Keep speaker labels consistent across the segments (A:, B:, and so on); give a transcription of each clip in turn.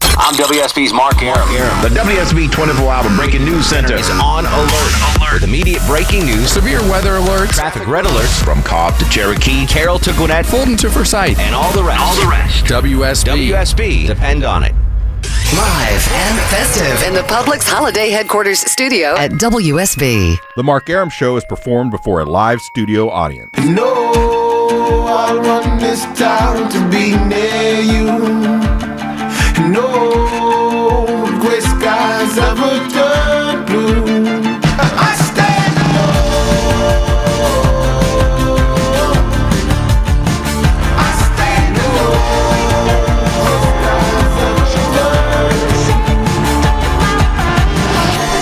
A: I'm WSB's Mark Aram.
B: The WSB 24 Hour Breaking News Center is on alert. Alert. With immediate breaking news, severe weather alerts, traffic red alerts from Cobb to Cherokee, Carroll to Gwinnett,
C: Fulton to Forsyth.
B: and all the rest. All the rest.
C: WSB.
B: WSB. Depend on it.
D: Live and festive in the Publix Holiday Headquarters studio at WSB.
E: The Mark Aram Show is performed before a live studio audience.
F: No, I want this town to be near you. No gray skies ever turn blue. I stand alone. I stand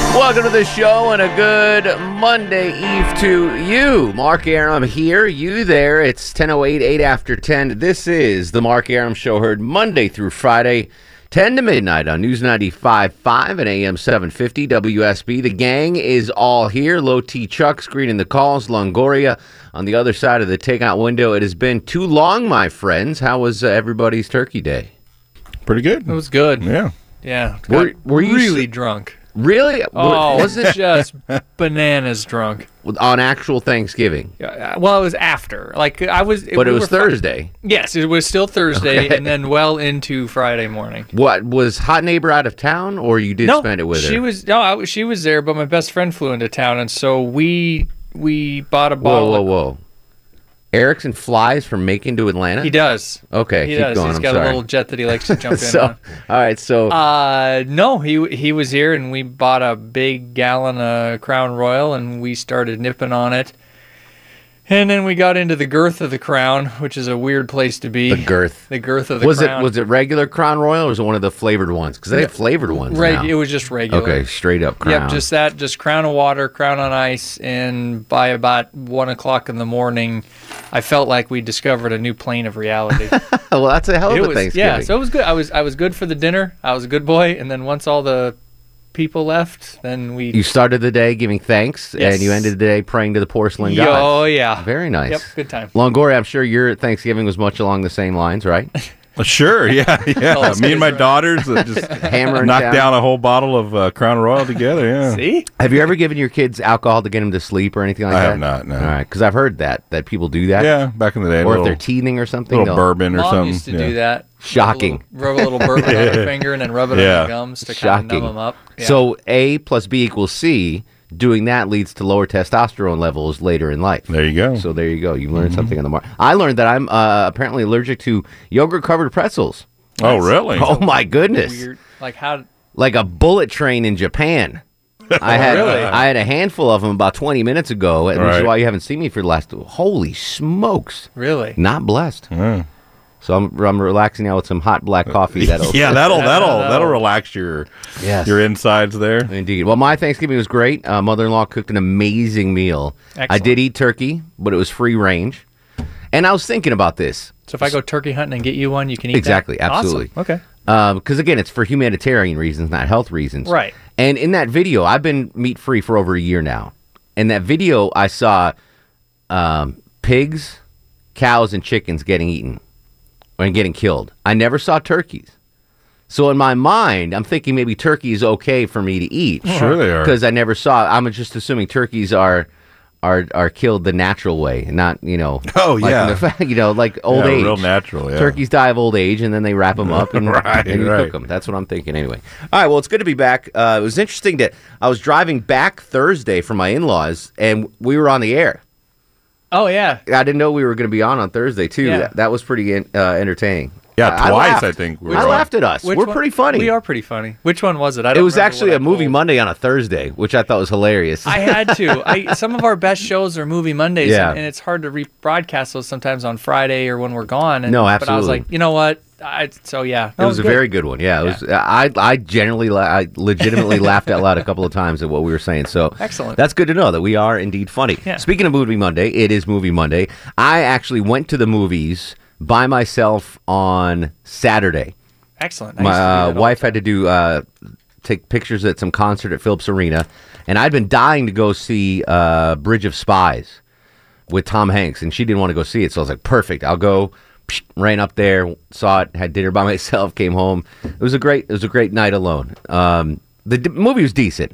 F: alone.
G: Welcome to the show and a good Monday Eve to you. Mark Aram here, you there. It's 10.08, 8 after 10. This is the Mark Aram Show, heard Monday through Friday, 10 to midnight on News 95.5 and AM 750 WSB. The gang is all here. Low T Chuck screening the calls. Longoria on the other side of the takeout window. It has been too long, my friends. How was uh, everybody's turkey day?
E: Pretty good.
H: It was good.
E: Yeah.
H: Yeah. Got
G: Were- were you
H: really
G: s-
H: drunk?
G: Really?
H: Oh,
G: Was it
H: just bananas drunk?
G: on actual Thanksgiving?
H: Yeah, uh, Well, it was after. Like I was.
G: But
H: we
G: it was
H: were fi-
G: Thursday.
H: Yes, it was still Thursday, and then well into Friday morning.
G: What was hot neighbor out of town, or you did
H: no,
G: spend it with her?
H: she was no, I, was- she was there, but my best friend flew into town, and so we we bought a
G: Whoa,
H: bottle.
G: whoa, whoa! Erickson flies from Macon to Atlanta.
H: He does.
G: Okay,
H: he
G: keep
H: does.
G: going.
H: He's
G: I'm
H: got
G: sorry.
H: a little jet that he likes to jump in.
G: So,
H: on.
G: all right, so
H: Uh, no, he he was here, and we bought a big gallon of Crown Royal, and we started nipping on it. And then we got into the girth of the crown, which is a weird place to be.
G: the girth.
H: The girth of the
G: Was
H: crown.
G: it was it regular Crown Royal or was it one of the flavored ones? Because they have flavored ones
H: Reg-
G: now.
H: It was just regular.
G: okay, straight up Crown.
H: Yep, just that, just crown of water, crown on ice, and by about one o'clock in the morning, I felt like we discovered a new plane of reality.
G: well, that's a hell of
H: it
G: a
H: was
G: Thanksgiving.
H: yeah, so it was good. I was I was good for the dinner. I was a good boy, and then once all the people left, then we
G: you started the day giving thanks, and you
H: Yes.
G: ended the day praying to the porcelain
H: Yo,
G: gods.
H: Oh yeah.
G: Very nice.
H: Yep, good time.
G: Longoria, I'm sure your Thanksgiving was much along the same lines, right?
E: Uh, Sure. Yeah. Yeah.
H: that's
E: Me and my
H: right.
E: daughters uh, just
G: Hammering
E: knocked
G: down.
E: down a whole bottle of uh, Crown Royal together. Yeah.
H: See?
G: Have you ever given your kids alcohol to get them to sleep or anything like
E: I
G: that?
E: have not, no.
G: All right, because I've heard that that people do that.
E: Yeah. Back in the day.
G: Or if
E: little,
G: they're teething or something,
E: little
G: they'll-
E: bourbon or
H: Mom
E: something.
H: used to
E: yeah.
H: do that.
G: Shocking.
H: Rub a little, rub a little bourbon on her finger and then rub it on
E: Yeah.
H: her gums to kind of
G: Shocking.
H: numb them up. Yeah.
G: So A plus B equals C. Doing that leads to lower testosterone levels later in life.
E: There you go. Mm-hmm.
G: So there you go. You learned something on the mark. I learned that I'm uh, apparently allergic to yogurt covered pretzels.
E: oh, really?
G: Oh my goodness!
H: weird. Like how?
G: Like a bullet train in Japan. I had I had a handful of them about 20 minutes ago, and which is
E: Right.
G: why you haven't seen me for the last. Holy smokes!
H: Really?
G: Not blessed. So I'm, I'm relaxing now with some hot black coffee. That'll
E: Uh, yeah, that'll that'll that'll
H: that'll-
E: relax your
G: Yes.
E: your insides there.
G: Indeed. Well, my Thanksgiving was great. Uh, mother-in-law cooked an amazing meal. I
H: Excellent.
G: did eat turkey, but it was free range. And I was thinking about this
H: So if I go turkey hunting and get you one, you can eat that?
G: Exactly,
H: Awesome.
G: absolutely.
H: Okay.
G: because um, again, it's for humanitarian reasons, not health reasons.
H: Right.
G: And in that video, I've been meat-free for over a year now. In that video, I saw um, pigs, cows, and chickens getting eaten and getting killed. I never saw turkeys. So in my mind, I'm thinking maybe turkey is okay for me to eat.
E: Sure they are.
G: because I never saw. I'm just assuming turkeys are are are killed the natural way, not you know.
E: Oh,
G: like
E: yeah.
G: in the fa- you know, like old
E: Yeah,
G: age.
E: real natural, yeah.
G: Turkeys die of old age, and then they wrap them up and,
E: Right,
G: and you cook
E: right.
G: them. That's what I'm thinking anyway. All right, well, it's good to be back. Uh, it was interesting that I was driving back Thursday from my in laws, and we were on the air.
H: Oh yeah.
G: I didn't know we were going to be on on Thursday too.
H: Yeah.
G: That, that was pretty en- uh, entertaining.
E: Yeah,
G: I- I
E: twice,
G: laughed.
E: I think, we were
G: I
E: on.
G: laughed at us.
H: Which
G: we're
H: one-
G: pretty funny.
H: We are pretty funny. Which one was it? I
G: It
H: don't
G: was
H: remember
G: actually
H: what
G: a
H: I
G: movie
H: told.
G: Monday on a Thursday, which I thought was hilarious.
H: I had to. I some of our best shows are movie Mondays,
G: Yeah.
H: and, and it's hard to rebroadcast those sometimes on Friday or when we're gone. And,
G: No,
H: But I was
G: absolutely.
H: like, you know what? I, so yeah,
G: It
H: That
G: was,
H: Oh,
G: a
H: good.
G: very good one. Yeah, it was. I I generally la- I legitimately laughed out loud a couple of times at what we were saying. So
H: Excellent.
G: That's good to know that we are indeed funny.
H: Yeah.
G: Speaking of movie Monday, it is movie Monday. I actually went to the movies by myself on Saturday.
H: excellent. I used to do
G: My uh,
H: that all-
G: wife had to do uh, take pictures at some concert at Phillips Arena, and I'd been dying to go see uh, Bridge of Spies with Tom Hanks, and she didn't want to go see it. So I was like, perfect, I'll go psh, ran up there, saw it, had dinner by myself, came home. It was a great, it was a great night alone. Um, the d- movie was decent.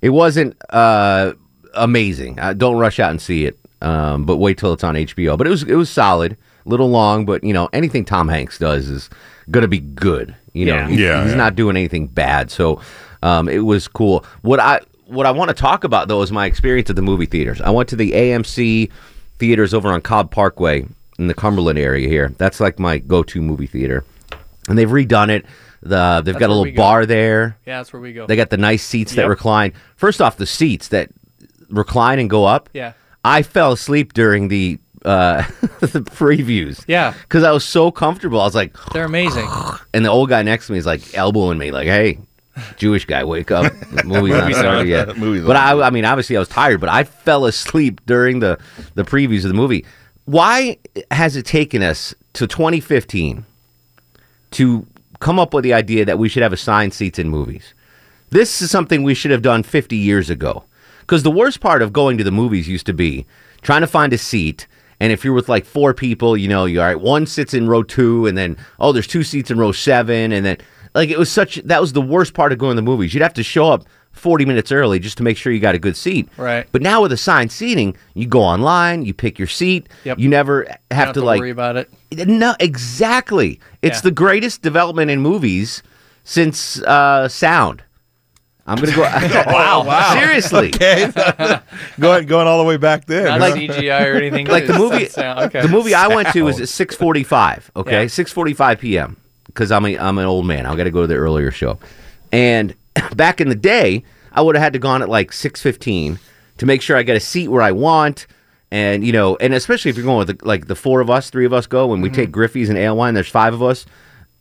G: It wasn't uh, amazing. Uh, don't rush out and see it, um, but wait till it's on HBO. But it was, it was solid. A little long, but you know anything Tom Hanks does is gonna be good. You know,
A: Yeah.
G: He's-
E: Yeah,
G: he's
E: yeah.
G: not not doing anything bad. So um, it was cool. What I what I want to talk about though is my experience at the movie theaters. I went to the AMC theaters over on Cobb Parkway in the Cumberland area here. That's like my go to movie theater, and they've redone it. The they've got
H: where
G: a little
H: we go.
G: bar there.
H: Yeah, that's where we go.
G: They got the nice seats that
A: Yep.
G: recline. First off, the seats that recline and go up.
H: Yeah.
G: I fell asleep during the uh, the previews.
H: Yeah.
G: because I was so comfortable. I was like,
H: They're amazing.
G: and the old guy next to me is like elbowing me, like, "Hey, Jewish guy, wake up! The movie's not
E: Movie's on.
G: started yet."
E: Movie's
G: but
E: on.
G: I, I mean, obviously, I was tired, but I fell asleep during the the previews of the movie. Why has it taken us to 2015 to come up with the idea that we should have assigned seats in movies? This is something we should have done 50 years ago. Because the worst part of going to the movies used to be trying to find a seat. And if you're with like four people, you know, you're all right, one sits in row two, and then, oh, there's two seats in row seven. And then, like, it was such that was the worst part of going to the movies. You'd have to show up 40 minutes early just to make sure you got a good seat.
H: Right.
G: But now with assigned seating, you go online, you pick your seat.
H: Yep.
G: You never have,
H: Don't have
G: to,
H: to
G: like,
H: worry about it.
G: no, exactly. It's
H: Yeah.
G: the greatest development in movies since uh, sound. I'm gonna go. wow! Wow! Seriously,
E: going going all the way back there.
H: Not
E: huh?
H: CGI or anything.
G: like the
H: just
G: movie.
H: sound- okay.
G: The movie I went to was at 6:45. Okay,
H: Yeah.
G: 6:45 p.m. Because I'm a, I'm an old man. I got to go to the earlier show. And back in the day, I would have had to gone at like 6:15 to make sure I get a seat where I want. And you know, and especially if you're going with the, like the four of us, three of us go,
H: Mm-hmm.
G: and we take Griffey's and ale wine. There's five of us.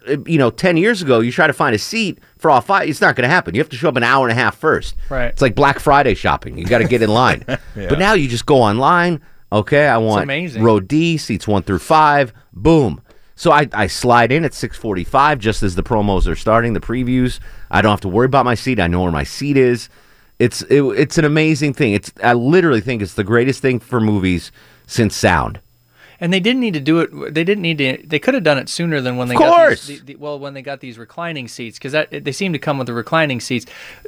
G: Uh, You know, ten years ago, you try to find a seat for all five. It's not going to happen. You have to show up an hour and a half first.
H: Right.
G: It's like Black Friday shopping. You got to get in line. But now you just go online. Okay, I want
H: amazing.
G: row D seats one through five. Boom. So I, I slide in at 6:45 just as the promos are starting, the previews. I don't have to worry about my seat. I know where my seat is. It's it, it's an amazing thing. It's I literally think it's the greatest thing for movies since sound.
H: And they didn't need to do it. They didn't need to. They could have done it sooner than when they got
G: course.
H: these, the, the, well when they got these reclining seats because that they seem to come with the reclining seats.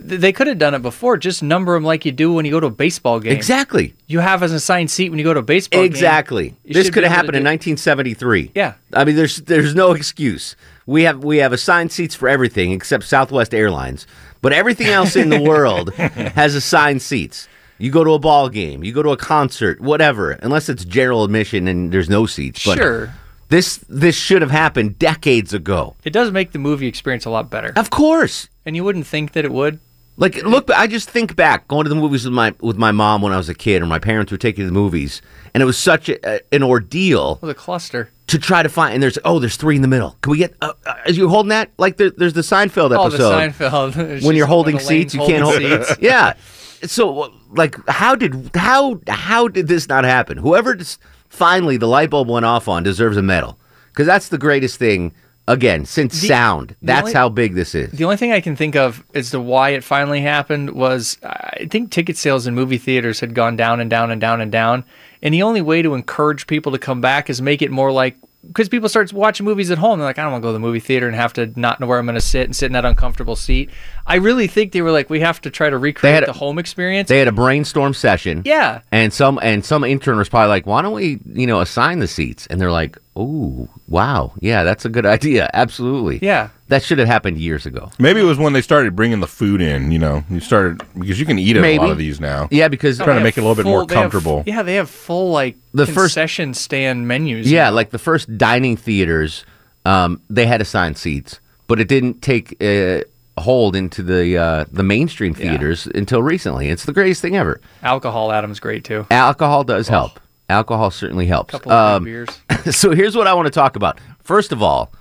H: Th- They could have done it before. Just number them like you do when you go to a baseball game.
G: Exactly.
H: You have an assigned seat when you go to a baseball game.
G: Exactly.
H: Oh, You
G: This
H: should
G: could
H: be
G: have
H: able to
G: happened in
H: do-
G: 1973.
H: Yeah.
G: I mean, there's there's no excuse. We have we have assigned seats for everything except Southwest Airlines, but everything else in the world has assigned seats. You go to a ball game, you go to a concert, whatever, unless it's general admission and there's no seats. But
H: Sure.
G: This this should have happened decades ago.
H: It does make the movie experience a lot better.
G: Of course.
H: And you wouldn't think that it would.
G: Like look, I just think back going to the movies with my with my mom when I was a kid, or my parents were taking me to the movies, and it was such a, an ordeal.
H: It was a cluster.
G: to try to find. And there's oh, there's three in the middle. Can we get? Uh, uh, as you're holding that, like there, there's the Seinfeld
H: Oh, the
G: episode
H: Seinfeld.
G: when you're
H: She's-
G: holding
H: Elaine's
G: seats, you can't hold.
H: holding seats.
G: yeah. So like, how did how how did this not happen? Whoever just, finally the light bulb went off on deserves a medal because that's the greatest thing. Again, since sound, that's
H: only-
G: how big this is.
H: The only thing I can think of as to why it finally happened was I think ticket sales in movie theaters had gone down and down and down and down. And the only way to encourage people to come back is make it more like because people start watching movies at home. They're like, I don't want to go to the movie theater and have to not know where I'm going to sit and sit in that uncomfortable seat. I really think they were like, we have to try to recreate
G: had a-
H: the home experience.
G: They had a brainstorm session.
H: yeah.
G: And some and some intern was probably like, "Why don't we, you know, assign the seats?" And they're like, "Oh, wow, yeah, that's a good idea, absolutely."
H: Yeah.
G: that should have happened years ago.
E: Maybe it was when they started bringing the food in. You know, you started because you can eat at a
G: Maybe.
E: lot of these now.
G: Yeah, because
E: Trying to
H: They
E: make it a
H: have
E: little bit more
H: they have-
E: comfortable.
H: yeah, they have full like
G: The first-
H: concession stand menus.
G: yeah, like the first dining theaters, um, they had assigned seats, but it didn't take uh, hold into the uh, the mainstream theaters until recently. It's the greatest thing ever.
H: Alcohol Adam's great too.
G: Alcohol does help. Alcohol certainly helps.
H: couple of
G: Um,
H: good beers.
G: so here's what I want to talk about. First of all,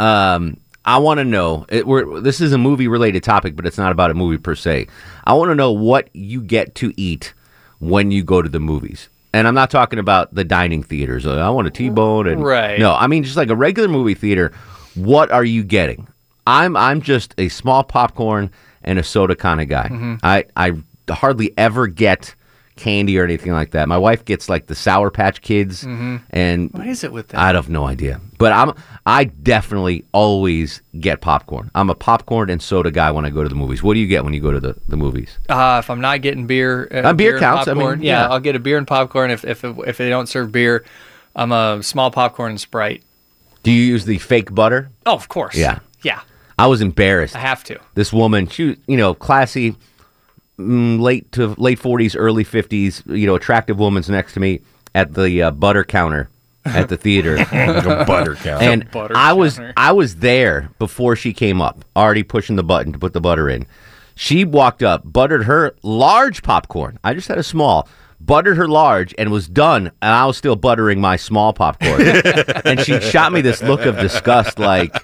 G: um, I want to know. It, we're, this is a movie related topic, but it's not about a movie per se. I want to know what you get to eat when you go to the movies. And I'm not talking about the dining theaters. uh, I want a T-bone and
H: Right.
G: no, I mean just like a regular movie theater. What are you getting? I'm I'm just a small popcorn and a soda kind of guy. I I hardly ever get candy or anything like that. My wife gets like the Sour Patch Kids, and
H: What is it with that?
G: I have no idea. But I'm I definitely always get popcorn. I'm a popcorn and soda guy when I go to the movies. What do you get when you go to the, the movies?
H: Uh, if I'm not getting beer, uh,
G: Uh, beer
H: and
G: counts, I mean,
H: popcorn, yeah,
G: yeah.
H: I'll get a beer and popcorn. If if if they don't serve beer, I'm a small popcorn and Sprite.
G: Do you use the fake butter?
H: Oh, of course.
G: Yeah.
H: yeah,
G: I was embarrassed.
H: I have to.
G: This woman, she was, you know, classy, mm, late to late 40s, early 50s, you know, attractive woman's next to me at the uh, butter counter at the theater.
E: butter count.
G: and
H: butter
G: I was
H: counter.
G: I was there before she came up, already pushing the button to put the butter in. She walked up, buttered her large popcorn. I just had a small. Buttered her large and was done, and I was still buttering my small popcorn. and she shot me this look of disgust, like,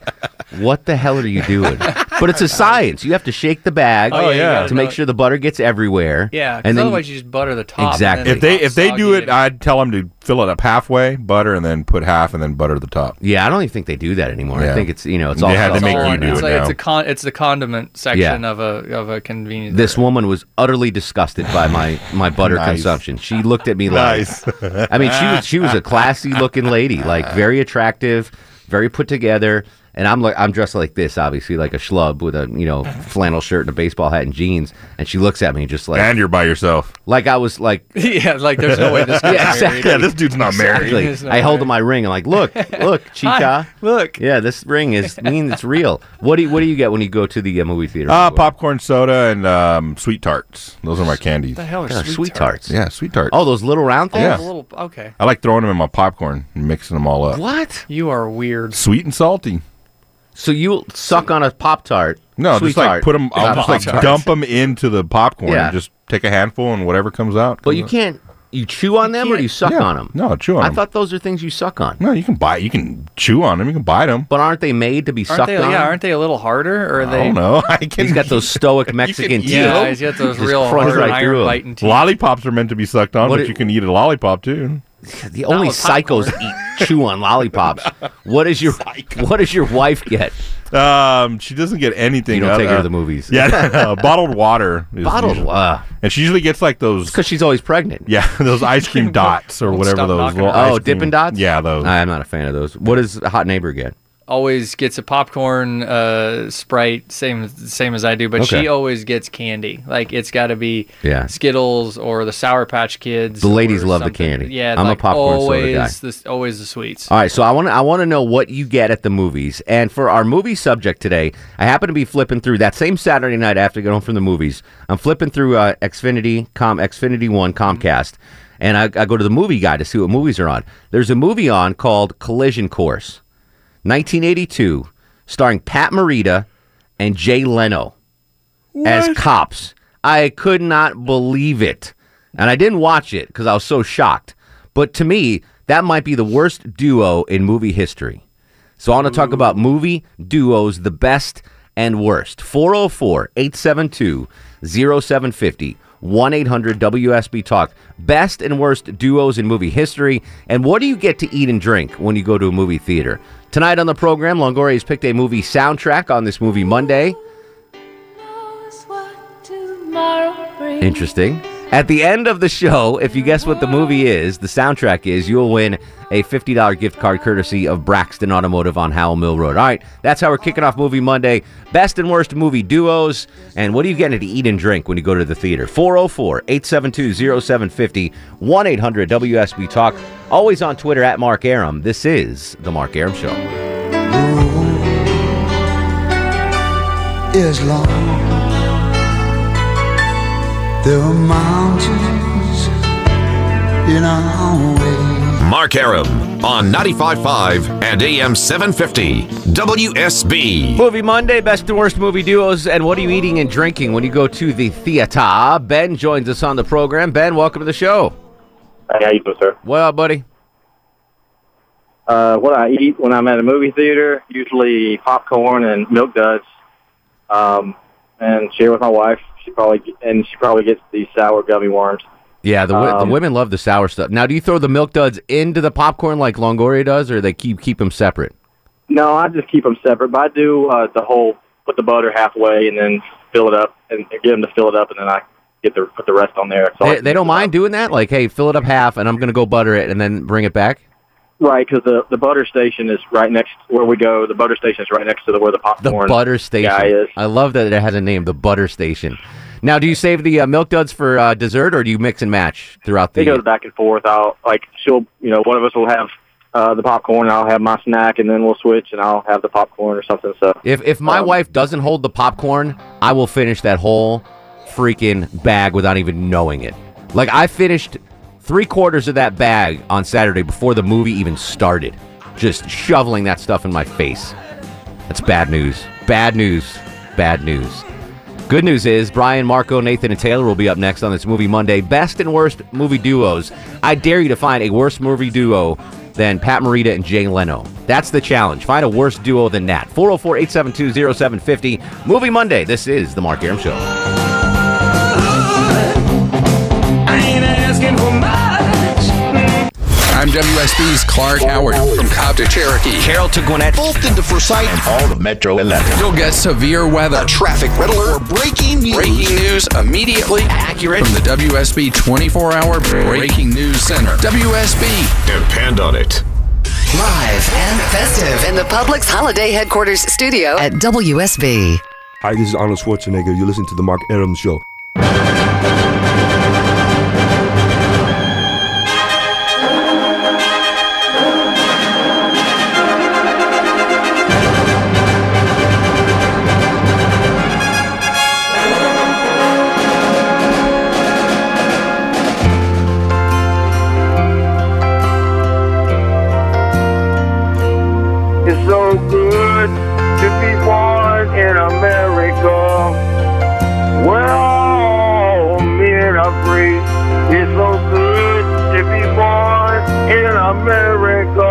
G: "What the hell are you doing?" But it's a science. You have to shake the bag
H: Oh, yeah, you gotta
G: to
H: know
G: make
H: it.
G: sure the butter gets everywhere.
H: Yeah,
G: and
H: and
G: then
H: otherwise you just butter the top. and then
G: Exactly.
E: if they
H: it's
E: if they do
H: soggy
E: it,
H: and-
E: I'd tell them to fill it up halfway, butter, and then put half, and then butter the top.
G: yeah, I don't even think they do that anymore. I
E: Yeah.
G: think it's you know it's
E: They
G: all
E: had to
H: it's
E: make
H: all
E: you
H: on-
E: do
H: it's
E: it
H: like- It's
E: now.
H: a con. It's the condiment section of a of a convenience.
G: This woman was utterly disgusted by my my butter
E: Nice.
G: consumption. She looked at me like, I mean, she was she was a classy looking lady, like very attractive, very put together. And I'm like, I'm dressed like this, obviously, like a schlub with a you know flannel shirt and a baseball hat and jeans. And she looks at me just like,
E: and you're by yourself.
G: like I was like,
H: yeah, like there's no way this.
G: yeah,
H: gets married.
G: exactly.
E: Yeah, this dude's not married.
G: Exactly.
H: There's no
G: I held
H: way.
G: up my ring. I'm like, look, look, chica.
H: Hi, look.
G: Yeah, this ring is mean. It's real. What do you, what do you get when you go to the uh, movie theater?
E: Uh, popcorn soda and um, sweet tarts. Those are my candies.
H: The hell are
G: Uh,
H: sweet,
G: sweet
H: tarts?
G: tarts.
E: Yeah, sweet tarts.
G: Oh, those little round
H: Oh,
G: things.
E: Yeah.
H: the little. Okay,
E: I like throwing them in my popcorn and mixing them all up.
G: What?
H: you are weird.
E: Sweet and salty.
G: So you suck on a pop tart?
E: No, just like put them. I'll just like
G: Pop-Tarts.
E: dump them into the popcorn
G: Yeah.
E: and just take a handful and whatever comes out.
G: But you
E: comes
G: can't. You chew on them or
H: can't-
G: you suck
E: out. Yeah.
G: on them?
E: No, chew on
G: I
E: 'em.
G: thought those are things you suck on.
E: No, you can buy. You can chew on them. You can bite them.
G: But aren't they made to be
H: Aren't
G: sucked
H: they?
G: on?
H: Yeah, aren't they a little harder? Or are
E: I
H: they?
E: don't know. I can.
G: He's got those stoic Mexican teeth.
E: eat
H: Yeah,
E: Ew.
H: he's got those
G: Just
H: real
G: crunch
H: hard
G: right through
H: iron
G: 'em.
H: biting teeth.
E: lollipops are meant to be sucked on,
G: What
E: but
G: it-
E: you can eat a lollipop too.
G: The only
H: with popcorn.
G: psychos eat chew on lollipops. What is your What does your wife get?
E: Um, she doesn't get anything.
G: You don't take her to
E: other-
G: the movies.
E: Yeah, uh, bottled water. Is
G: Bottled.
E: usually-
G: Uh,
E: And she usually gets like those.
G: because she's always pregnant.
E: Yeah, those ice cream dots or
H: Don't
E: whatever
H: stop
E: those.
H: knocking
E: Little
H: her.
E: ice
G: Oh,
E: cream-
G: Dippin' Dots.
E: Yeah, those.
G: I'm not a fan of those. What does hot neighbor get?
H: always gets a popcorn uh, sprite same same as I do but
G: Okay.
H: she always gets candy like it's got to be
G: Yeah.
H: Skittles or the Sour Patch Kids
G: The ladies
H: or
G: love the
H: something.
G: candy.
H: yeah
G: I'm a
H: like
G: popcorn soda
H: always
G: guy. Uh,
H: the, always the sweets
G: All right, so I want to I want to know what you get at the movies. And for our movie subject today, I happen to be flipping through that same Saturday night after getting home from the movies. I'm flipping through uh, Xfinity Com Xfinity One Comcast, and I, I go to the movie guide to see what movies are on. There's a movie on called Collision Course, 1982, starring Pat Morita and Jay Leno as cops. I could not believe it. And I didn't watch it because I was so shocked. But to me, that might be the worst duo in movie history. So I want to talk about movie duos, the best and worst. 404 872 0750. 1 800 WSB Talk. Best and worst duos in movie history. And what do you get to eat and drink when you go to a movie theater? Tonight on the program, Longoria has picked a movie soundtrack on this movie Monday. Interesting. At the end of the show, if you guess what the movie is, the soundtrack is, you'll win a $50 gift card courtesy of Braxton Automotive on Howell Mill Road. All right, that's how we're kicking off Movie Monday. Best and worst movie duos. And what are you getting to eat and drink when you go to the theater? 404 872 0750 1 800 WSB Talk. Always on Twitter at Mark Aram. This is The Mark Aram Show.
A: is long. There are mountains in our way.
B: Mark Aram on 95.5 and AM 750 WSB.
G: Movie Monday, best and worst movie duos, and what are you eating and drinking when you go to the theater? Ben joins us on the program. Ben, welcome to the show.
C: Hey, how you doing, sir?
G: What up, buddy?
C: Uh, what I eat when I'm at a movie theater, usually popcorn and milk duds, um, and share with my wife. She probably and she probably gets these sour gummy worms.
G: Yeah, the, wo-
C: Um,
G: the women love the sour stuff. Now, do you throw the milk duds into the popcorn like Longoria does, or they keep keep them separate?
C: No, I just keep them separate, but I do uh, the whole put the butter halfway and then fill it up and get them to fill it up, and then I get the put the rest on there. So
G: They, they don't mind doing that. Like, hey, fill it up half, and I'm gonna go butter it, and then bring it back.
C: Right, because the the butter station is right next where we go. The butter station is right next to the where the
G: The
C: popcorn.
G: butter station.
C: guy is.
G: I love that it has a name. The butter station. Now, do you save the uh, milk duds for uh, dessert, or do you mix and match throughout the?
C: It goes back and forth. I'll like she'll you know one of us will have uh, the popcorn. and I'll have my snack, and then we'll switch, and I'll have the popcorn or something. So
G: If if my wife doesn't hold the popcorn, I will finish that whole freaking bag without even knowing it. Like I finished three quarters of that bag on Saturday before the movie even started, just shoveling that stuff in my face. That's bad news. Bad news. Bad news. Good news is Brian, Marco, Nathan, and Taylor will be up next on this Movie Monday. Best and worst movie duos. I dare you to find a worse movie duo than Pat Morita and Jay Leno. That's the challenge. Find a worse duo than that. 404 872 0750. Movie Monday. This is The Mark Aram Show.
I: I'm WSB's Clark Howard from Cobb to Cherokee.
B: Carroll to Gwinnett,
J: Bolton to Forsyth,
B: all the Metro 11.
I: You'll get severe weather,
J: traffic red alert, or breaking news.
I: breaking news immediately accurate from the WSB 24 hour breaking news center. WSB.
K: Depend on it.
D: Live and festive in the Publix Holiday Headquarters studio at WSB.
K: Hi, this is Arnold Schwarzenegger. You listen to The Mark Aram Show.
F: It's so good to be born in America, where all men are free. It's so good to be born in America,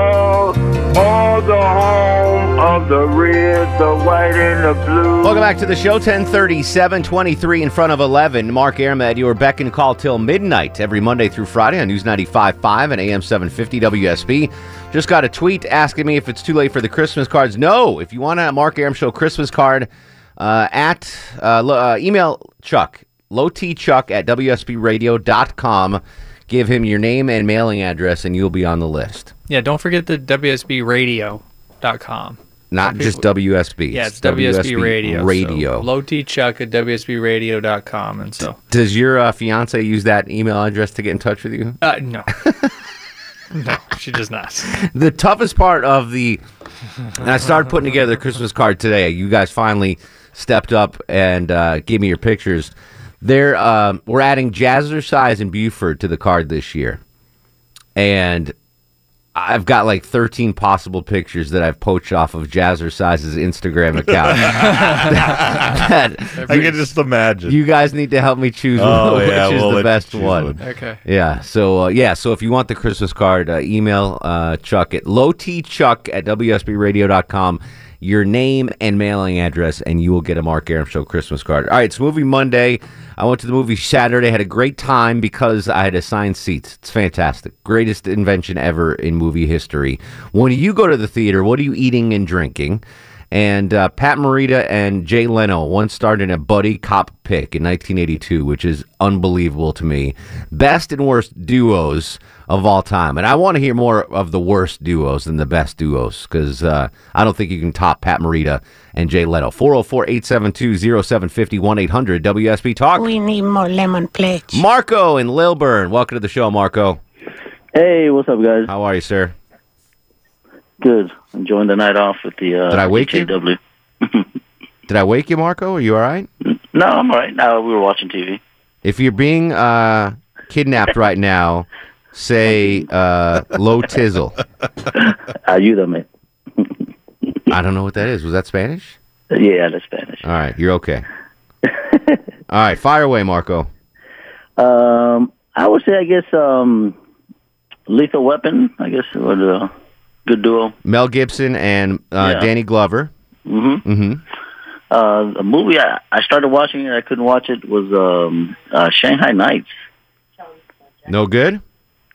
F: all the home of the red, the white, and the blue.
G: Welcome back to the show. 1037, 23 in front of 11. Mark Aram at your beck and call till midnight every Monday through Friday on News 95.5 and AM 750 WSB. Just got a tweet asking me if it's too late for the Christmas cards. No, if you want a Mark Aram Show Christmas card, uh, at uh, lo- uh, email Chuck, lowtchuck at WSBradio.com. Give him your name and mailing address, and you'll be on the list.
H: Yeah, don't forget the WSBRadio.com.
G: Not
H: Some
G: just
H: people-
G: WSB.
H: Yeah, it's WSB, Radio.
G: Radio.
H: So low T Chuck at WSBRadio.com. And so,
G: Does your uh, fiance use that email address to get in touch with you?
H: uh, no. no, she does not.
G: The toughest part of the, and I started putting together a Christmas card today. You guys finally stepped up and uh, gave me your pictures. There, um, we're adding Jazzercise and Buford to the card this year, and I've got like 13 possible pictures that I've poached off of Jazzercise's Instagram account.
L: I can just imagine.
G: you guys need to help me choose
L: Oh,
G: which
L: yeah,
G: is
L: we'll let
G: the
L: you
G: best
L: choose
G: one.
L: one.
H: Okay.
G: Yeah. So uh, yeah. So if you want the Christmas card, uh, email uh, Chuck at lowtchuck at wsbradio.com. Your name and mailing address, and you will get a Mark Aram Show Christmas card. All right, it's movie Monday. I went to the movie Saturday. Had a great time because I had assigned seats. It's fantastic. Greatest invention ever in movie history. When you go to the theater, what are you eating and drinking? And uh, Pat Morita and Jay Leno once starred in a buddy cop pick in 1982, which is unbelievable to me. Best and worst duos of all time. And I want to hear more of the worst duos than the best duos because uh, I don't think you can top Pat Morita and Jay Leno. 404 872 0750 800 WSB Talk.
J: We need more lemon pledge.
G: Marco and Lilburn. Welcome to the show, Marco.
C: hey, what's up, guys?
G: How are you, sir?
C: Good. Enjoying the night off with the uh,
G: Did I wake you? Did I wake you, Marco? Are you all right?
C: No, I'm all right. No, we were watching TV.
G: If you're being uh, kidnapped right now, say uh, low tizzle.
C: Ayúdame.
G: I don't know what that is. Was that Spanish?
C: Yeah, that's Spanish.
G: All right, you're okay. All right, fire away, Marco.
C: Um, I would say, I guess, um, Lethal Weapon. I guess was a good duo.
G: Mel Gibson and uh,
C: Yeah.
G: Danny Glover.
C: Mm-hmm.
G: hmm
C: Uh, a movie I, I started watching and I couldn't watch it was um, uh, Shanghai Nights.
G: No good.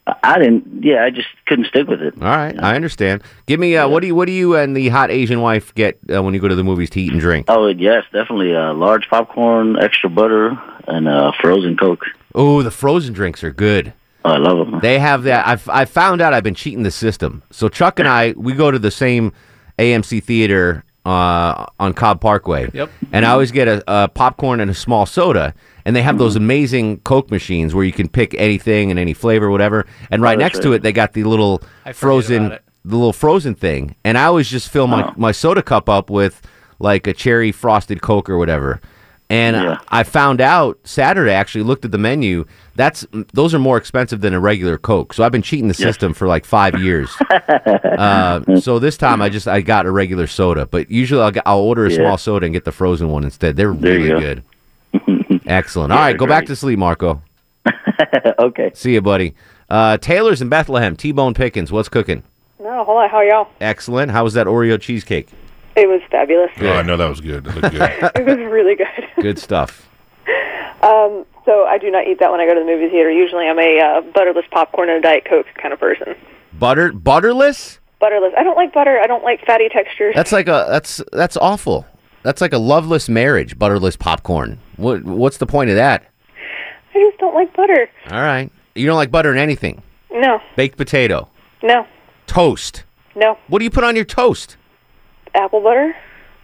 L: I I didn't. Yeah, I just couldn't stick with it.
G: All right, I understand. Give me uh, what do you what do you and the hot Asian wife get uh, when you go to the movies to eat and drink?
L: Oh yes, definitely uh, large popcorn, extra butter, and uh, frozen Coke.
G: Oh, the frozen drinks are good.
C: Oh,
L: I love them.
G: They have that. I've I found out I've been cheating the system. So Chuck and I we go to the same AMC theater uh, on Cobb Parkway.
M: Yep.
G: And I always get a, a popcorn and a small soda. And they have those amazing Coke machines where you can pick anything and any flavor, whatever. And right
M: Oh, that's
G: next to
M: right.
G: it, they got the little
M: I forget
G: frozen,
M: about
G: the little frozen thing. And I always just fill
M: Oh.
G: my, my soda cup up with like a cherry frosted Coke or whatever. And I I found out Saturday. I Actually, looked at the menu. That's those are more expensive than a regular Coke. So I've been cheating the system for like five years. uh, so this time I just I got a regular soda, but usually I'll, get- I'll order a
M: Yeah.
G: small soda and get the frozen one instead. They're
M: There
G: really
M: you
G: good. Excellent. All
M: Yeah,
G: right,
M: they're
G: go back
M: great.
G: to sleep, Marco.
L: okay.
G: See you, buddy. Uh, Taylor's in Bethlehem. T Bone Pickens, what's cooking?
N: No, hold on. How are y'all?
G: Excellent. How was that Oreo cheesecake?
N: It was fabulous.
G: Oh, I know that was good.
N: it was really good.
G: good stuff.
N: Um, so I do not eat that when I go to the movie theater. Usually, I'm a uh, butterless popcorn and a diet coke kind of person.
G: Butter butterless?
N: Butterless. I don't like butter. I don't like fatty textures.
G: That's like a that's that's awful. That's like a loveless marriage, butterless popcorn. What what's the point of that?
N: I just don't like butter.
G: All right. You don't like butter in anything.
N: No,
G: Baked potato,
N: no,
G: toast.
N: no.
G: What do you put on your toast?
N: Apple butter.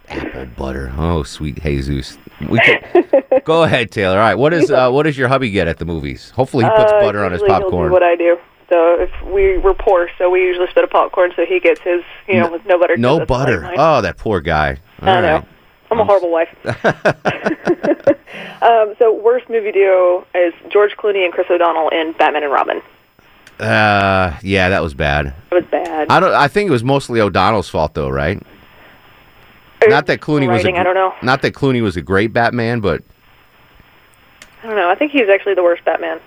G: Apple butter. Oh, sweet Jesus. We can, go ahead, Taylor. All right. What is uh, what does your hubby get at the movies? Hopefully he puts
N: Uh,
G: butter on his
N: usually he'll do
G: popcorn.
N: what I do. So if we were poor, so we usually split a popcorn. So he gets his, you know, with no butter. 'cause
G: no
N: that's not
G: butter.
N: like mine.
G: Oh, that poor guy. All
N: I know.
G: right.
N: I'm a horrible wife. um, so worst movie duo is George Clooney and Chris O'Donnell in Batman and Robin.
G: Uh, yeah, that was bad.
N: It was bad.
G: I don't. I think it was mostly O'Donnell's fault, though, right? Not that Clooney was. A,
N: writing, I don't know.
G: Not that Clooney was a great Batman, but
N: I don't know. I think he's actually the worst Batman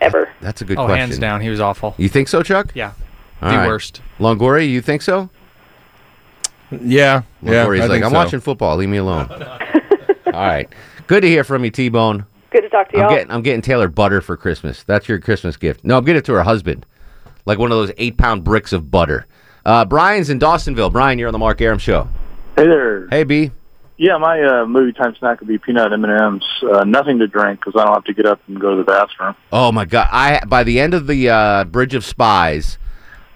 N: ever.
G: that's a good
H: oh,
G: question.
H: hands down, he was awful.
G: You think so, Chuck?
H: Yeah.
G: All
H: The
G: right.
H: worst.
G: Longoria, you think so?
M: Yeah. Yeah.
G: Longoria's
M: I
G: like,
M: think
G: I'm
M: so.
G: watching football. Leave me alone. All right. Good to hear from you, T Bone.
N: Good to talk to
G: I'm
N: y'all.
G: getting I'm getting Taylor butter for Christmas. That's your Christmas gift. No, I'm getting it to her husband, like one of those eight pound bricks of butter. Uh, Brian's in Dawsonville. Brian, you're on the Mark Aram show.
O: Hey there.
G: Hey B.
O: Yeah, my uh, movie time snack would be peanut M and M's. Uh, nothing to drink because I don't have to get up and go to the bathroom.
G: Oh my god! I by the end of the uh, Bridge of Spies,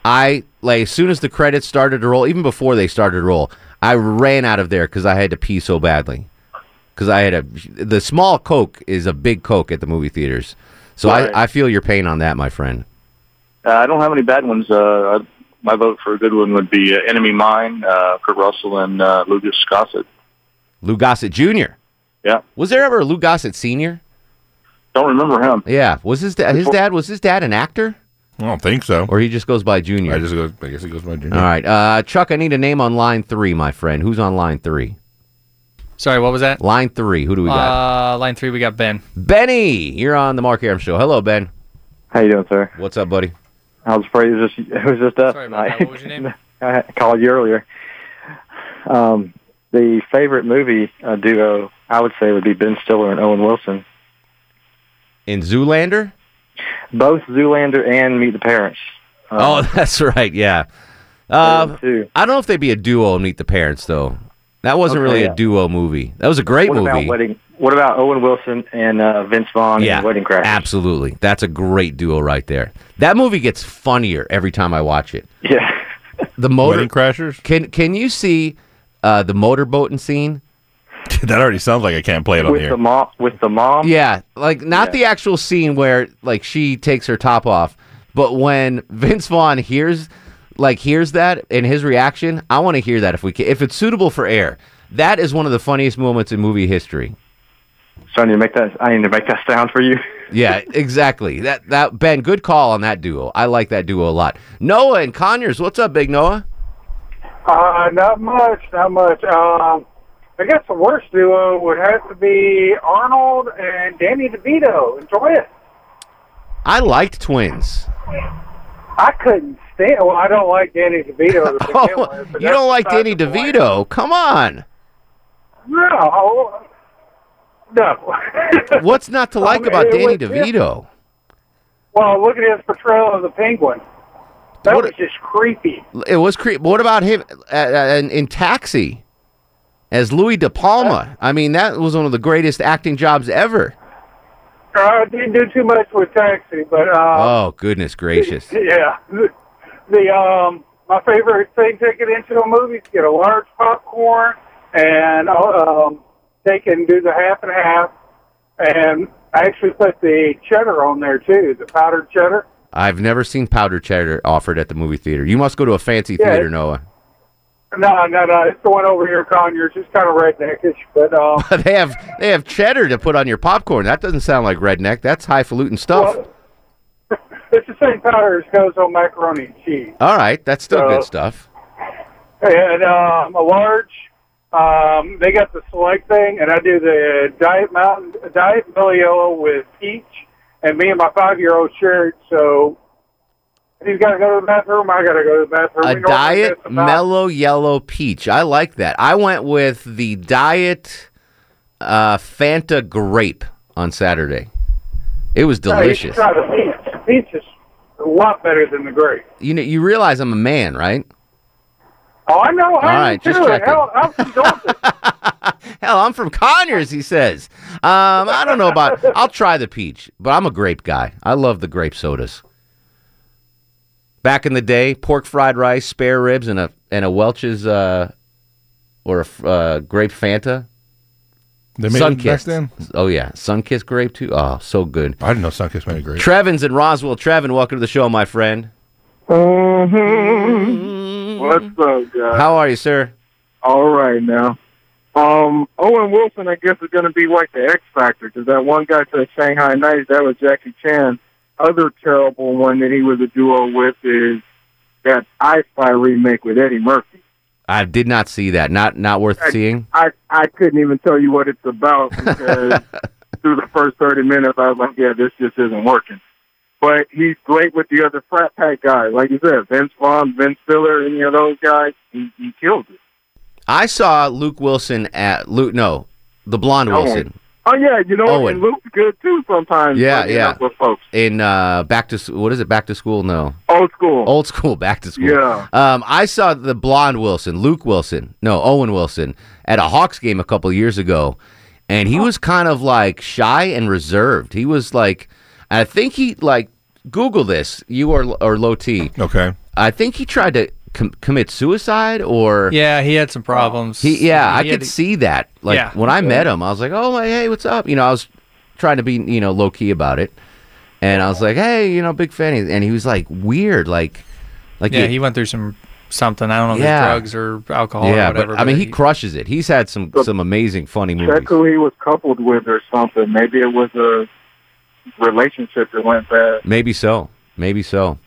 G: I like as soon as the credits started to roll, even before they started to roll, I ran out of there because I had to pee so badly. Because I had a the small Coke is a big Coke at the movie theaters, so
O: Right.
G: I, I feel your pain on that, my friend.
O: Uh, I don't have any bad ones. Uh, I, my vote for a good one would be uh, Enemy Mine, uh, Kurt Russell and uh, Lucas Gossett.
G: Lou Gossett Jr.
O: Yeah.
G: Was there ever a Lou Gossett Sr.?
O: Don't remember him.
G: Yeah, was his dad? His
O: Before-
G: dad was his dad an actor? I don't think so. Or he just goes by Junior.
E: I just go. I guess it goes by junior.
G: All right, uh, Chuck. I need a name on line three, my friend. Who's on line three?
H: Sorry, what was that?
G: Line three. Who do we got?
H: Uh, line three, we got Ben.
G: Benny, you're on the Mark Aram show. Hello, Ben.
P: How you doing, sir?
G: What's up, buddy?
P: I was afraid it was just it was just us. Sorry about that. What was your name? I called you earlier. Um, the favorite movie uh, duo I would say would be Ben Stiller and Owen Wilson.
G: In Zoolander?
P: Both Zoolander and Meet the Parents. Uh-huh.
G: oh, that's right. Yeah. Uh, I don't know if they'd be a duo and meet the parents though. That wasn't
P: Okay,
G: really
P: yeah.
G: a duo movie. That was a great
P: what
G: movie.
P: About wedding, what about Owen Wilson and uh, Vince Vaughn
G: yeah,
P: and Wedding Crashers?
G: absolutely. That's a great duo right there. That movie gets funnier every time I watch it.
P: Yeah.
G: The motor
E: Wedding
G: crashers. Can Can you see uh, the motorboating scene?
E: that already sounds like I can't play it on
P: with
E: here.
P: the mom. With the mom.
G: Yeah, like not the actual scene where like she takes her top off, but when Vince Vaughn hears like hears that and his reaction, I want to hear that if we can, if it's suitable for air. That is one of the funniest moments in movie history.
P: So I need to make that. I need to make that sound for you.
G: Yeah, exactly. That that Ben, good call on that duo. I like that duo a lot. Noah and Conyers, what's up, Big Noah?
Q: Uh, not much, not much. Um, I guess the worst duo would have to be Arnold and Danny DeVito. Enjoy it.
G: I liked twins.
Q: I couldn't stand. Well, I don't like Danny DeVito. To begin
G: Oh,
Q: with, but
G: you
Q: that's
G: don't like
Q: besides
G: Danny
Q: the point.
G: DeVito? Come on.
Q: No, no.
G: What's not to like about
Q: it
G: Danny
Q: was-
G: DeVito?
Q: Well, look at his portrayal of the penguin. That was just creepy.
G: It was creepy. What about him uh, uh, in, in Taxi as Louis De Palma? I mean, that was one of the greatest acting jobs ever.
Q: Uh, I didn't do too much with Taxi, but uh,
G: oh goodness gracious!
Q: yeah, the, the um, my favorite thing to get into a movie is get a large popcorn, and um, they can do the half and half, and I actually put the cheddar on there too, the powdered cheddar.
G: I've never seen powder cheddar offered at the movie theater. You must go to a fancy
Q: Yeah,
G: theater,
Q: it-
G: Noah.
Q: No, no, no, it's the one over here, Conyers. It's kind of redneckish, but um,
G: they have they have cheddar to put on your popcorn. That doesn't sound like redneck. That's highfalutin stuff.
Q: it's the same powder as goes on macaroni and cheese.
G: All right, that's still
Q: Uh,
G: good stuff.
Q: and um, a large. Um, they got the select thing, and I do the diet mountain diet Milio with peach, and me and my five year old share it. So he's got to go to the bathroom. I got to go to the bathroom.
G: A
Q: We normally
G: diet
Q: get about-
G: mellow yellow peach. I like that. I went with the diet uh, Fanta grape on Saturday. It was
Q: No, you should
G: delicious.
Q: try the peach. Peach is a lot better than the grape.
G: You know, you realize I'm a man, right?
Q: Oh, I know. I
G: All
Q: am
G: right,
Q: too.
G: just checking.
Q: Hell, I'm from Dorset.
G: Hell, I'm from Conyers, he says. Um, I don't know about. I'll try the peach, but I'm a grape guy. I love the grape sodas. Back in the day, pork fried rice, spare ribs, and a and a Welch's uh, or a f- uh, grape Fanta.
R: They made them back
G: Sunkist.
R: then?
G: Oh yeah, Sunkist grape too. Oh, so good.
R: I didn't know Sunkist made a grape.
G: Trevin's in Roswell. Trevin, welcome to the show, my friend.
S: What's up, guys?
G: How are you, sir?
S: All right now. Um, Owen Wilson, I guess, is going to be like the X Factor because that one guy said Shanghai Nights. That was Jackie Chan. Other terrible one that he was a duo with is that I Spy remake with Eddie Murphy.
G: I did not see that. Not not worth seeing.
S: I I couldn't even tell you what it's about because through the first thirty minutes I was like, yeah, this just isn't working. But he's great with the other frat pack guys, like you said, Vince Vaughn, Vince Stiller, any of those guys. He, he killed it.
G: I saw Luke Wilson at Luke. No, the blonde
S: Owen.
G: Wilson.
S: Oh yeah, you know,
G: Owen.
S: and Luke's good too sometimes.
G: Yeah,
S: fucking
G: yeah.
S: up With folks.
G: in uh back to s- what is it back to school no
S: old school
G: old school back to school
S: Yeah.
G: um i saw the blonde wilson luke wilson no owen wilson at a hawks game a couple years ago and he was kind of like shy and reserved he was like i think he like google this you or or low t
R: okay
G: i think he tried to com- commit suicide or
H: Yeah, he had some problems.
G: he, yeah, I
H: He had
G: could
H: to-
G: see that. Like
H: Yeah.
G: when I met him, I was like, "Oh, like, hey, what's up?" You know, I was trying to be, you know, low key about it, and I was like, "Hey, you know, big fan." And he was like weird, like, like
H: yeah,
G: it-
H: he went through some something. I don't know, if
G: Yeah.
H: drugs or alcohol
G: yeah.
H: or whatever.
G: but I mean, he, crushes it. He's had some some amazing, funny movies.
S: Check who he was coupled with or something. Maybe it was a relationship that went bad.
G: Maybe so. Maybe so.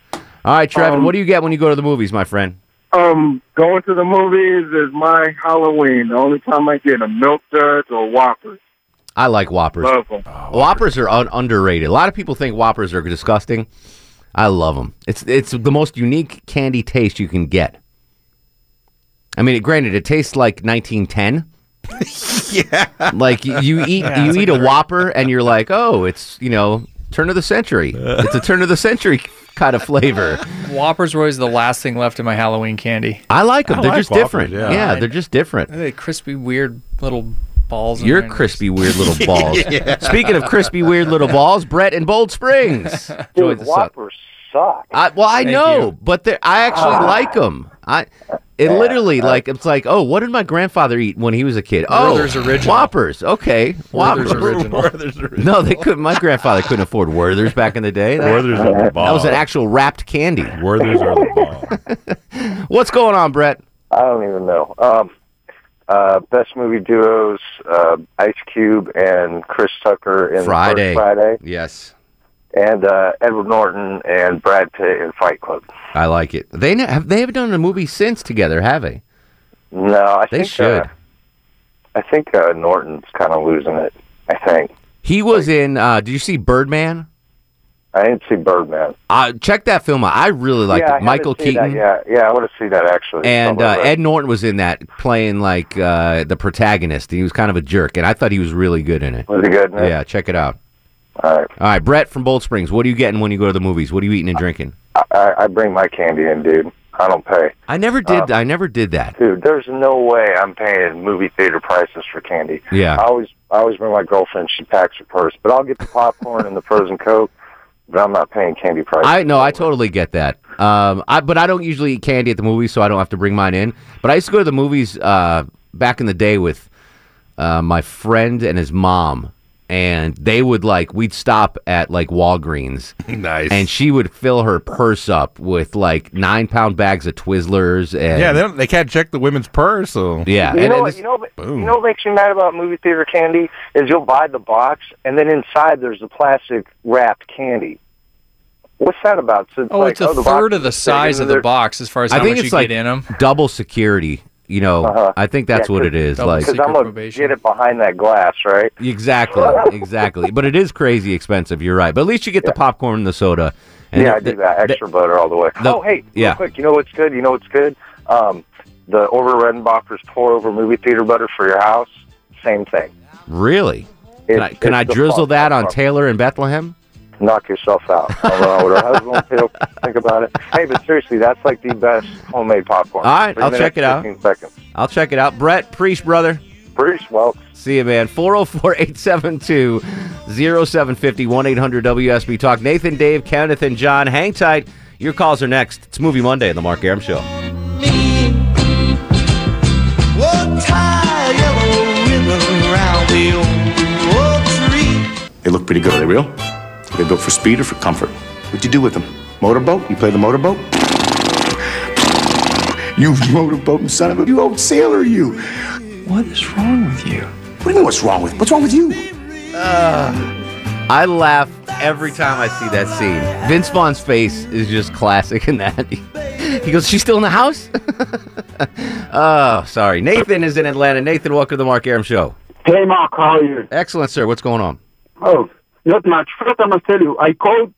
G: All right, Trevin,
S: Um,
G: what do you get when you go to the movies, my friend?
S: Um, going to the movies is my Halloween. The only time I get a milk duds or whoppers.
G: I like Whoppers.
S: Love 'em.
G: Whoppers are un- underrated. A lot of people think Whoppers are disgusting. I love them. It's it's the most unique candy taste you can get. I mean, granted, it tastes like 1910. yeah, like y- you eat
R: Yeah,
G: you
R: it's
G: eat
R: like
G: a Whopper and you're like, oh, it's you know turn of the century. It's a turn of the century kind of flavor.
H: Whoppers were always the last thing left in my Halloween candy.
G: I like them.
H: I
G: they're
H: like
G: just
H: Whoppers,
G: different.
H: yeah.
G: Yeah, they're just different.
H: They had crispy, weird little balls. in
G: You're
H: there.
G: crispy, weird little balls.
H: Yeah.
G: Speaking of crispy, weird little balls, Brett in Bold Springs. Enjoy the sun.
T: suck.
G: I, well, I
T: Thank
G: know,
T: you.
G: but they're- I actually
T: Ah.
G: like 'em. like them. I it literally like it's like oh, what did my grandfather eat when he was a kid? Oh,
H: Werther's Original.
G: Whoppers. Okay, Whoppers.
H: Werther's original.
G: No, they couldn't. My grandfather couldn't afford Werther's back in the day. That,
R: Werther's are the
G: That was
R: bomb.
G: an actual wrapped candy.
R: Werther's are the
G: bomb. What's going on, Brett?
T: I don't even know. Um, uh, best movie duos: uh, Ice Cube and Chris Tucker in
G: Friday.
T: First Friday,
G: Yes,
T: and uh, Edward Norton and Brad Pitt in Fight Club.
G: I like it. They ne- have they haven't done a movie since together, have they?
T: No, I
G: They
T: think
G: should.
T: Uh, I think uh, Norton's kind of losing it. I think
G: He was in. Uh, did you see Birdman?
T: I didn't see Birdman.
G: Uh, check that film out. I really
T: yeah,
G: liked
T: I
G: it.
T: haven't
G: Michael
T: seen that
G: Keaton.
T: yet. yeah, I want to see that actually.
G: And
T: Somewhere,
G: uh,
T: but-
G: Ed Norton was in that playing like uh, the protagonist. He was kind of a jerk, and I thought he was really good in it.
T: Was he good in it?
G: Yeah, check it out.
T: All right.
G: All right, Brett from Bold Springs. What are you getting when you go to the movies? What are you eating and
T: Uh,
G: drinking?
T: I- I, I bring my candy in, dude. I don't pay.
G: I never
T: um,
G: did. I never did that.
T: Dude, there's no way I'm paying movie theater prices for candy.
G: Yeah.
T: I always I always bring my girlfriend. She packs her purse, but I'll get the popcorn and the frozen coke. But I'm not paying candy prices.
G: I no, I totally get that. Um, I but I don't usually eat candy at the movies, so I don't have to bring mine in. But I used to go to the movies uh, back in the day with uh, my friend and his mom, and they would like we'd stop at like Walgreens, nice, and she would fill her purse up with like nine pound bags of Twizzlers and
R: yeah, they, don't, they can't check the women's purse. So
G: Yeah,
T: You know, what, you, know, what- you know what makes me mad about movie theater candy is you'll buy the box and then inside there's the plastic wrapped candy. What's that about? So
H: Oh,
T: like,
H: it's a
T: oh, the box
H: third of the
T: is big and
H: size of the
T: there-
H: box as far as how
G: I think
H: much
G: it's
H: you
G: like
H: get in them.
G: double security. You know, I think that's
T: Uh-huh. Yeah,
G: what
T: 'cause-
G: it is. Like
T: because I'm gonna get it behind that glass, right?
G: Exactly, exactly. But it is crazy expensive. You're right. But at least you get the popcorn and the soda. And
T: yeah, I
G: th-
T: do that extra butter all the way.
G: the-
T: oh, hey,
G: yeah.
T: real quick, you know what's good? You know what's good? Um, the Orber Redenbacher's pour over movie theater butter for your house. Same thing.
G: really? Can I,
T: It's-
G: can
T: it's
G: I
T: the
G: drizzle
T: fuck-
G: that on
T: fuck.
G: Taylor in Bethlehem?
T: knock yourself out. Although I would have husband too. Think about it. Hey, but seriously, that's like the best homemade popcorn.
G: All right,
T: Three
G: I'll
T: minutes,
G: check it out.
T: 15 Seconds.
G: I'll check it out. Brett, Priest, brother.
T: Priest, well.
G: See you, man. 404 872 0750 1 800 WSB Talk. Nathan, Dave, Kenneth, and John, hang tight. Your calls are next. It's Movie Monday on The Mark Aram Show.
F: We'll tie a yellow ribbon round the old tree.
U: They look pretty good. Are they real? Are they built for speed or for comfort? What'd you do with them? Motorboat? You play the motorboat? You motorboating son of a you old sailor, you. What is wrong with you? What do you mean what's wrong with What's wrong with you?
G: I laugh every time I see that scene. Vince Vaughn's face is just classic in that. He goes, She's still in the house? oh, sorry. Nathan is in Atlanta. Nathan, welcome to the Mark Aram Show.
V: Hey, Mark, how are you?
G: Excellent, sir. What's going on?
V: Oh, not much. First, I must tell you, I called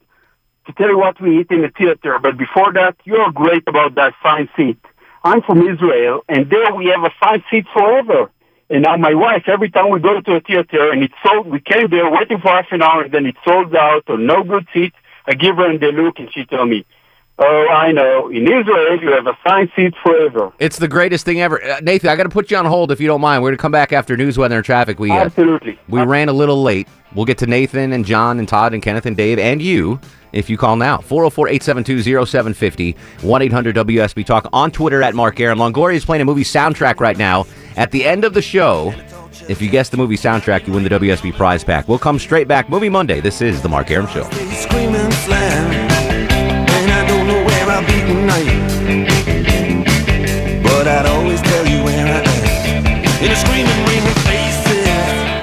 V: to tell you what we eat in the theater, but before that, you're great about that fine seat. I'm from Israel, and there we have a fine seat forever. And now my wife, every time we go to a theater and it's sold, we came there waiting for half an hour, and then it's sold out or no good seat. I give her the look, and she tell me, "Oh, I know. In Israel, you have a fine seat forever."
G: It's the greatest thing ever. Uh, Nathan, I got to put you on hold if you don't mind. We're going to come back after news, weather, and traffic. We, uh,
V: Absolutely.
G: We ran a little late. We'll get to Nathan and John and Todd and Kenneth and Dave and you if you call now. 404 872 0750 1 800 WSB Talk on Twitter at Mark Aaron. Longoria is playing a movie soundtrack right now. At the end of the show, if you guess the movie soundtrack, you win the WSB prize pack. We'll come straight back. Movie Monday. This is The Mark Aaron Show.
F: screaming slam. And I don't know where I'll be tonight. But I'd always tell you where I am. In a screaming rain